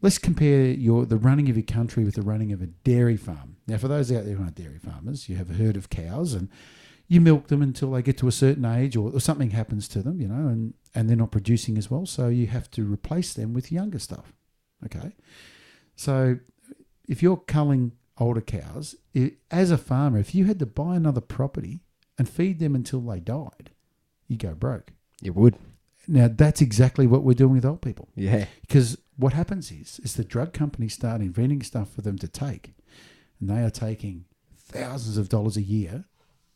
[SPEAKER 2] let's compare your the running of your country with the running of a dairy farm. Now, for those out there who aren't dairy farmers, you have a herd of cows and you milk them until they get to a certain age or, or something happens to them, you know, and, and they're not producing as well. So you have to replace them with younger stuff. Okay. So if you're culling older cows, i as a farmer, if you had to buy another property and feed them until they died, you go broke.
[SPEAKER 1] You would.
[SPEAKER 2] Now that's exactly what we're doing with old people.
[SPEAKER 1] Yeah.
[SPEAKER 2] Because what happens is, is the drug companies start inventing stuff for them to take, and they are taking thousands of dollars a year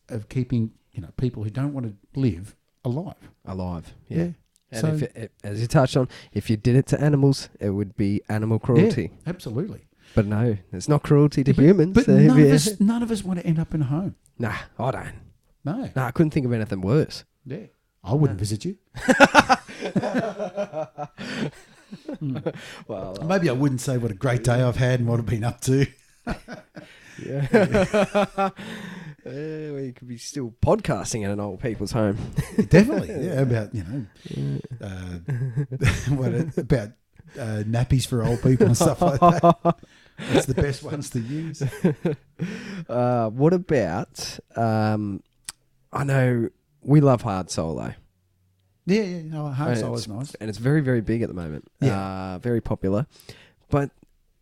[SPEAKER 2] of keeping you know people who don't want to live alive.
[SPEAKER 1] Alive. Yeah. And
[SPEAKER 2] So-
[SPEAKER 1] if it, it- as you touched on, if you did it to animals, it would be animal cruelty.
[SPEAKER 2] Yeah,
[SPEAKER 1] (laughs)
[SPEAKER 2] absolutely.
[SPEAKER 1] But no, it's not cruelty to humans.
[SPEAKER 2] But
[SPEAKER 1] so if
[SPEAKER 2] none of
[SPEAKER 1] you-
[SPEAKER 2] us, none of us want to end up in a home.
[SPEAKER 1] (laughs) Nah, I don't.
[SPEAKER 2] No.
[SPEAKER 1] Nah, I couldn't think of anything worse.
[SPEAKER 2] Yeah. I wouldn't
[SPEAKER 1] (laughs)
[SPEAKER 2] visit you.
[SPEAKER 1] Well,
[SPEAKER 2] Hmm.
[SPEAKER 1] uh,
[SPEAKER 2] Maybe I wouldn't say what a great day I've had and what I've been up to.
[SPEAKER 1] (laughs) yeah. Uh, we could be still podcasting in an old people's home.
[SPEAKER 2] Definitely.
[SPEAKER 1] (laughs)
[SPEAKER 2] Yeah. About you know, uh, (laughs) what it- about uh, nappies for old people and stuff like that.
[SPEAKER 1] (laughs)
[SPEAKER 2] That's the best ones to use.
[SPEAKER 1] Uh, what about? Um, I know we love hard solo.
[SPEAKER 2] Yeah, yeah. No, hard
[SPEAKER 1] And
[SPEAKER 2] solo is
[SPEAKER 1] it's-
[SPEAKER 2] nice.
[SPEAKER 1] And it's very, very big at the moment.
[SPEAKER 2] Yeah.
[SPEAKER 1] Uh, very popular. But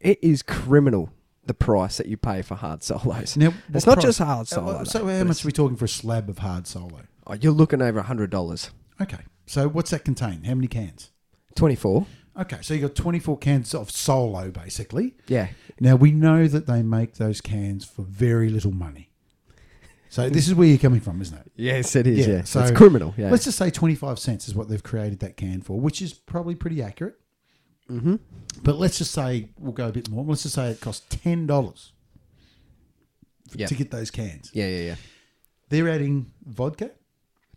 [SPEAKER 1] it is criminal the price that you pay for hard (laughs) solos.
[SPEAKER 2] Now,
[SPEAKER 1] it's
[SPEAKER 2] what
[SPEAKER 1] not just
[SPEAKER 2] price-
[SPEAKER 1] hard
[SPEAKER 2] Uh,
[SPEAKER 1] solo.
[SPEAKER 2] so,
[SPEAKER 1] though,
[SPEAKER 2] how
[SPEAKER 1] but
[SPEAKER 2] much
[SPEAKER 1] it's-
[SPEAKER 2] are we talking for a slab of hard solo?
[SPEAKER 1] oh, you're looking over $100.
[SPEAKER 2] Okay. So, what's that contain? How many cans?
[SPEAKER 1] 24.
[SPEAKER 2] Okay, so you got 24 cans of Solo, basically.
[SPEAKER 1] Yeah.
[SPEAKER 2] Now, we know that they make those cans for very little money. So this is where you're coming from, isn't it?
[SPEAKER 1] Yes, it is.
[SPEAKER 2] Yeah,
[SPEAKER 1] Yeah.
[SPEAKER 2] so-
[SPEAKER 1] it's criminal. Yeah.
[SPEAKER 2] Let's just say 25 cents is what they've created that can for, which is probably pretty accurate. Mm-hmm. But let's just say we'll go a bit more. Let's just say it costs $10
[SPEAKER 1] Yeah.
[SPEAKER 2] to get those cans.
[SPEAKER 1] yeah, yeah, yeah.
[SPEAKER 2] They're adding vodka.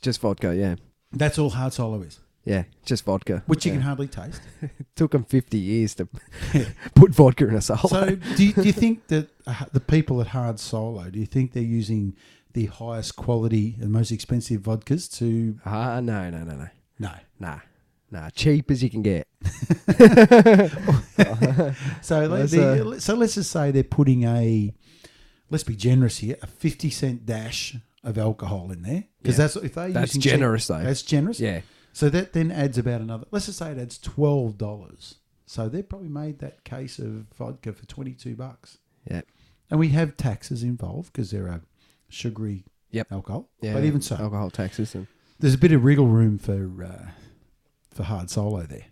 [SPEAKER 1] Just vodka. Yeah.
[SPEAKER 2] That's all hard solo is,
[SPEAKER 1] Yeah. Just vodka.
[SPEAKER 2] which you can
[SPEAKER 1] (laughs)
[SPEAKER 2] hardly taste.
[SPEAKER 1] It took them 50 years to (laughs) put vodka in a solo.
[SPEAKER 2] So, do you, do you think that uh, the people at Hard Solo, do you think they're using the highest quality and most expensive vodkas to?
[SPEAKER 1] (laughs) Ah, no, no, no, no.
[SPEAKER 2] No.
[SPEAKER 1] Nah. Nah. Cheap as you can get.
[SPEAKER 2] So, like
[SPEAKER 1] That's
[SPEAKER 2] they- uh, so let's just say they're putting a, let's be generous here, a fifty cent dash of alcohol in there because
[SPEAKER 1] Yeah.
[SPEAKER 2] that's if they
[SPEAKER 1] That's generous, though.
[SPEAKER 2] That's generous.
[SPEAKER 1] Yeah.
[SPEAKER 2] So that then adds about another. Let's just say it adds twelve dollars. So they probably made that case of vodka for twenty two bucks.
[SPEAKER 1] Yeah.
[SPEAKER 2] And we have taxes involved because they're a sugary
[SPEAKER 1] Yep.
[SPEAKER 2] alcohol.
[SPEAKER 1] Yeah. Oh.
[SPEAKER 2] But even so,
[SPEAKER 1] Alcohol taxes and.
[SPEAKER 2] there's a bit of wriggle room for uh, for hard solo there.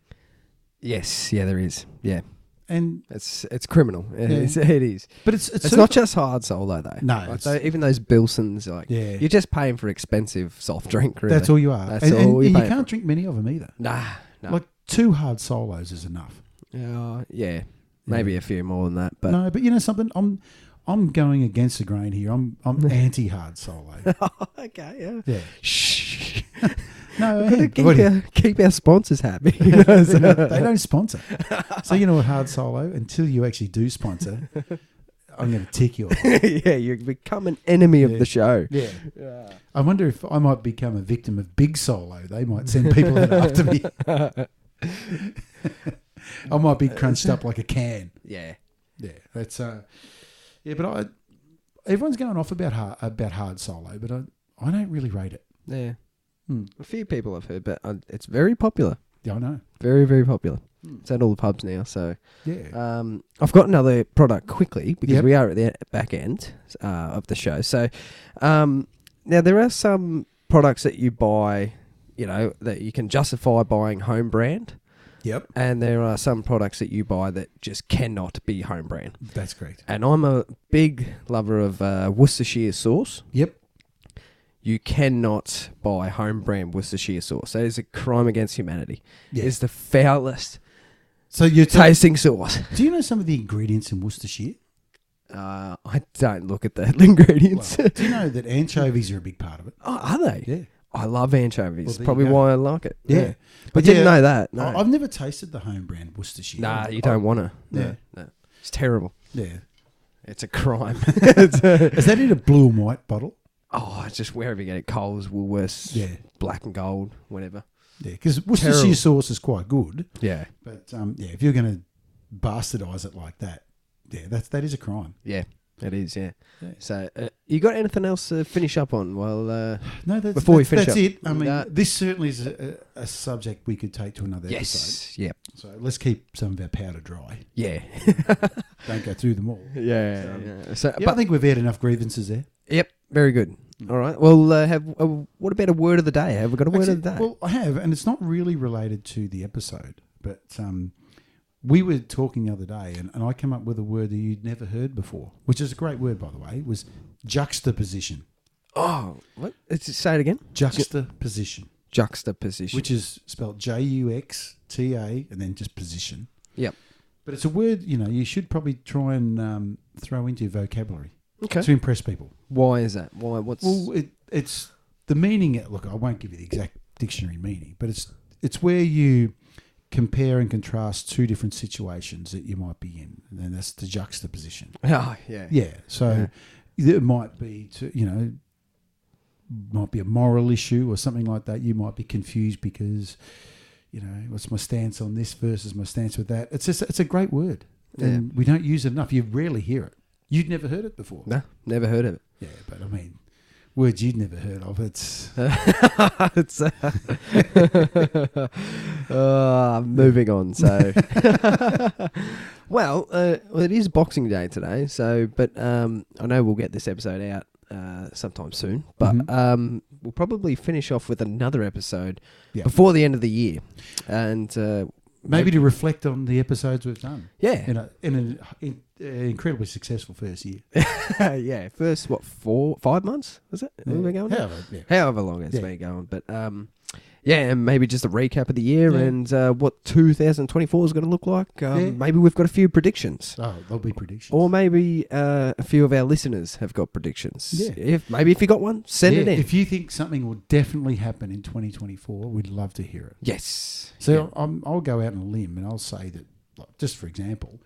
[SPEAKER 1] Yes. Yeah, there is. Yeah.
[SPEAKER 2] And
[SPEAKER 1] It's it's criminal. It
[SPEAKER 2] Yeah.
[SPEAKER 1] is. It is.
[SPEAKER 2] but it's it's,
[SPEAKER 1] It's
[SPEAKER 2] sort
[SPEAKER 1] not
[SPEAKER 2] of-
[SPEAKER 1] just hard solo though.
[SPEAKER 2] No,
[SPEAKER 1] Like,
[SPEAKER 2] it's-
[SPEAKER 1] tho- even those Bilsons, like
[SPEAKER 2] Yeah.
[SPEAKER 1] you're just paying for expensive soft drink. Really.
[SPEAKER 2] that's all you are.
[SPEAKER 1] That's
[SPEAKER 2] and and-
[SPEAKER 1] all you
[SPEAKER 2] and you
[SPEAKER 1] pay for.
[SPEAKER 2] can't drink many of them either.
[SPEAKER 1] Nah, nah.
[SPEAKER 2] Like two hard solos is enough.
[SPEAKER 1] Uh, yeah, maybe a few more than that, but
[SPEAKER 2] no, but you know something, I'm I'm going against the grain here. I'm (laughs) I'm anti hard solo.
[SPEAKER 1] (laughs) okay, yeah.
[SPEAKER 2] (laughs) Yeah.
[SPEAKER 1] Shh.
[SPEAKER 2] No, I am.
[SPEAKER 1] keep,
[SPEAKER 2] What do you- (laughs)
[SPEAKER 1] our, keep our sponsors happy. (laughs) you know,
[SPEAKER 2] they,
[SPEAKER 1] so-
[SPEAKER 2] don't, they don't sponsor. So you know what, hard solo. Until you actually do (laughs) sponsor, I'm going to tick you off.
[SPEAKER 1] (laughs) yeah, you become an enemy of
[SPEAKER 2] Yeah.
[SPEAKER 1] the show.
[SPEAKER 2] Yeah. I wonder if I might become a victim of Big Solo. They might send people out after me. (laughs) I might be crunched up like a can.
[SPEAKER 1] Yeah,
[SPEAKER 2] Yeah, that's uh, yeah. But I, everyone's going off about hard, about hard solo, but I, I don't really rate it.
[SPEAKER 1] yeah.
[SPEAKER 2] Hmm.
[SPEAKER 1] A few people I've heard, but uh, it's very popular.
[SPEAKER 2] Yeah, I know.
[SPEAKER 1] Very, very popular.
[SPEAKER 2] Hmm.
[SPEAKER 1] It's at all the pubs now, so.
[SPEAKER 2] Yeah,
[SPEAKER 1] Um, I've got another product quickly because
[SPEAKER 2] Yep.
[SPEAKER 1] we are at the back end uh, of the show. So um, now there are some products that you buy, you know, that you can justify buying home brand,
[SPEAKER 2] yep,
[SPEAKER 1] and there are some products that you buy that just cannot be home brand.
[SPEAKER 2] that's correct.
[SPEAKER 1] And I'm a big lover of uh, Worcestershire sauce.
[SPEAKER 2] Yep,
[SPEAKER 1] You cannot buy home brand Worcestershire sauce. That is a crime against humanity.
[SPEAKER 2] yeah.
[SPEAKER 1] It's the foulest
[SPEAKER 2] so you take.
[SPEAKER 1] tasting sauce.
[SPEAKER 2] Do you know some of the ingredients in Worcestershire?
[SPEAKER 1] Uh, I don't look at the (laughs) ingredients.
[SPEAKER 2] Do you know that anchovies are a big part of it?
[SPEAKER 1] Oh, are they?
[SPEAKER 2] Yeah,
[SPEAKER 1] I love anchovies.
[SPEAKER 2] Well, there you
[SPEAKER 1] Probably
[SPEAKER 2] go.
[SPEAKER 1] why I like it.
[SPEAKER 2] Yeah.
[SPEAKER 1] But
[SPEAKER 2] But
[SPEAKER 1] I didn't
[SPEAKER 2] yeah,
[SPEAKER 1] know that. No.
[SPEAKER 2] I, I've never tasted the home brand Worcestershire.
[SPEAKER 1] nah, you don't want to. No,
[SPEAKER 2] Yeah.
[SPEAKER 1] no. It's terrible.
[SPEAKER 2] Yeah,
[SPEAKER 1] It's a crime. (laughs) It's a-
[SPEAKER 2] is that in a blue and white bottle?
[SPEAKER 1] oh, it's just wherever you get it Coles, Woolworths,
[SPEAKER 2] Yeah.
[SPEAKER 1] black and gold, whatever.
[SPEAKER 2] Yeah, because Worcestershire
[SPEAKER 1] Terrible.
[SPEAKER 2] sauce is quite good.
[SPEAKER 1] Yeah.
[SPEAKER 2] But um, yeah, if you're going to bastardize it like that, yeah, that's that is a crime.
[SPEAKER 1] Yeah. It is, yeah.
[SPEAKER 2] Yeah.
[SPEAKER 1] So, uh, you got anything else to finish up on? Well, uh,
[SPEAKER 2] No, that's
[SPEAKER 1] Before we finish
[SPEAKER 2] that's-
[SPEAKER 1] up.
[SPEAKER 2] that's it. I mean,
[SPEAKER 1] Uh,
[SPEAKER 2] this certainly is a, a a subject we could take to another
[SPEAKER 1] yes. Yep.
[SPEAKER 2] episode. So let's keep some of our powder dry. (laughs)
[SPEAKER 1] Yeah.
[SPEAKER 2] Don't go through them all.
[SPEAKER 1] yeah. yeah. So,
[SPEAKER 2] Um, Yeah,
[SPEAKER 1] but,
[SPEAKER 2] I think we've had enough grievances there.
[SPEAKER 1] yep. Very good. All right. Well, uh, have uh, what about a word of the day? Have we got a word of the
[SPEAKER 2] Actually,
[SPEAKER 1] day?
[SPEAKER 2] Well, I have, and it's not really related to the episode, but um, we were talking the other day, and, and I came up with a word that you'd never heard before, which is a great word, by the way. It was juxtaposition.
[SPEAKER 1] oh, what? Let's just say it again.
[SPEAKER 2] Juxtaposition.
[SPEAKER 1] Juxtaposition.
[SPEAKER 2] which is spelled J U X T A and then just position.
[SPEAKER 1] Yep.
[SPEAKER 2] But it's a word you know you should probably try and um, throw into your vocabulary
[SPEAKER 1] Okay.
[SPEAKER 2] to impress people.
[SPEAKER 1] Why is that? Why? What's?
[SPEAKER 2] Well, it, it's the meaning. Look, I won't give you the exact dictionary meaning, but it's it's where you compare and contrast two different situations that you might be in, and then that's the juxtaposition.
[SPEAKER 1] (laughs) oh, yeah.
[SPEAKER 2] Yeah. So it might be to you know might be a moral issue or something like that. You might be confused because you know what's my stance on this versus my stance with that. It's just it's a great word, and we don't use it enough. You rarely hear it. You'd never heard it before.
[SPEAKER 1] No, never heard of it. (laughs)
[SPEAKER 2] Yeah, but I mean. Words you'd never heard of. It's
[SPEAKER 1] It's, uh, (laughs) uh, moving on.
[SPEAKER 2] (laughs)
[SPEAKER 1] So, well, uh, well, it is Boxing Day today. So, but um, I know we'll get this episode out uh, sometime soon. But
[SPEAKER 2] Mhm.
[SPEAKER 1] um, we'll probably finish off with another episode
[SPEAKER 2] Yeah.
[SPEAKER 1] before the end of the year, and uh,
[SPEAKER 2] Maybe to reflect on the episodes we've done. (laughs)
[SPEAKER 1] Yeah. (laughs)
[SPEAKER 2] In, a, in an in, uh, incredibly successful first year.
[SPEAKER 1] yeah. First, what, four, five months? Was it? We've been going?
[SPEAKER 2] However, yeah.
[SPEAKER 1] however long it's
[SPEAKER 2] Yeah.
[SPEAKER 1] been going. But um, yeah, and maybe just a recap of the year
[SPEAKER 2] Yeah.
[SPEAKER 1] and uh, what 2024 is going to look like. Um,
[SPEAKER 2] Yeah.
[SPEAKER 1] Maybe we've got a few predictions.
[SPEAKER 2] Oh, there'll be predictions.
[SPEAKER 1] Or maybe uh, a few of our listeners have got predictions.
[SPEAKER 2] Yeah.
[SPEAKER 1] If maybe if you got one, send it
[SPEAKER 2] Yeah,
[SPEAKER 1] in.
[SPEAKER 2] If you think something will definitely happen in 2024, we'd love to hear it.
[SPEAKER 1] yes.
[SPEAKER 2] So I'm, I'll go out on a limb and I'll say that, like, just for example,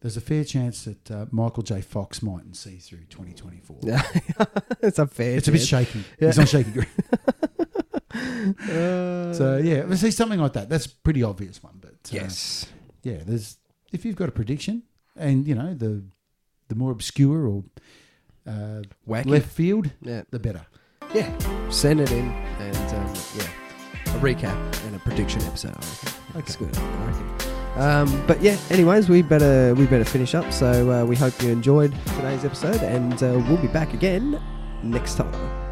[SPEAKER 2] there's a fair chance that uh, Michael J. Fox mightn't see through 2024.
[SPEAKER 1] Yeah. (laughs) it's unfair.
[SPEAKER 2] It's a bit shaky.
[SPEAKER 1] Yeah.
[SPEAKER 2] It's not
[SPEAKER 1] (laughs)
[SPEAKER 2] shaky ground.
[SPEAKER 1] Uh,
[SPEAKER 2] So yeah, let's see something like that. That's a pretty obvious one, but uh,
[SPEAKER 1] yes.
[SPEAKER 2] yeah. There's if you've got a prediction, and you know the the more obscure or uh,
[SPEAKER 1] Wacky.
[SPEAKER 2] left field,
[SPEAKER 1] Yeah.
[SPEAKER 2] the better.
[SPEAKER 1] Yeah. Send it in and um, yeah. A recap and a prediction episode. I reckon. That's good. I reckon. Um, but yeah, anyways, we better we better finish up. So uh, we hope you enjoyed today's episode, and uh, we'll be back again next time.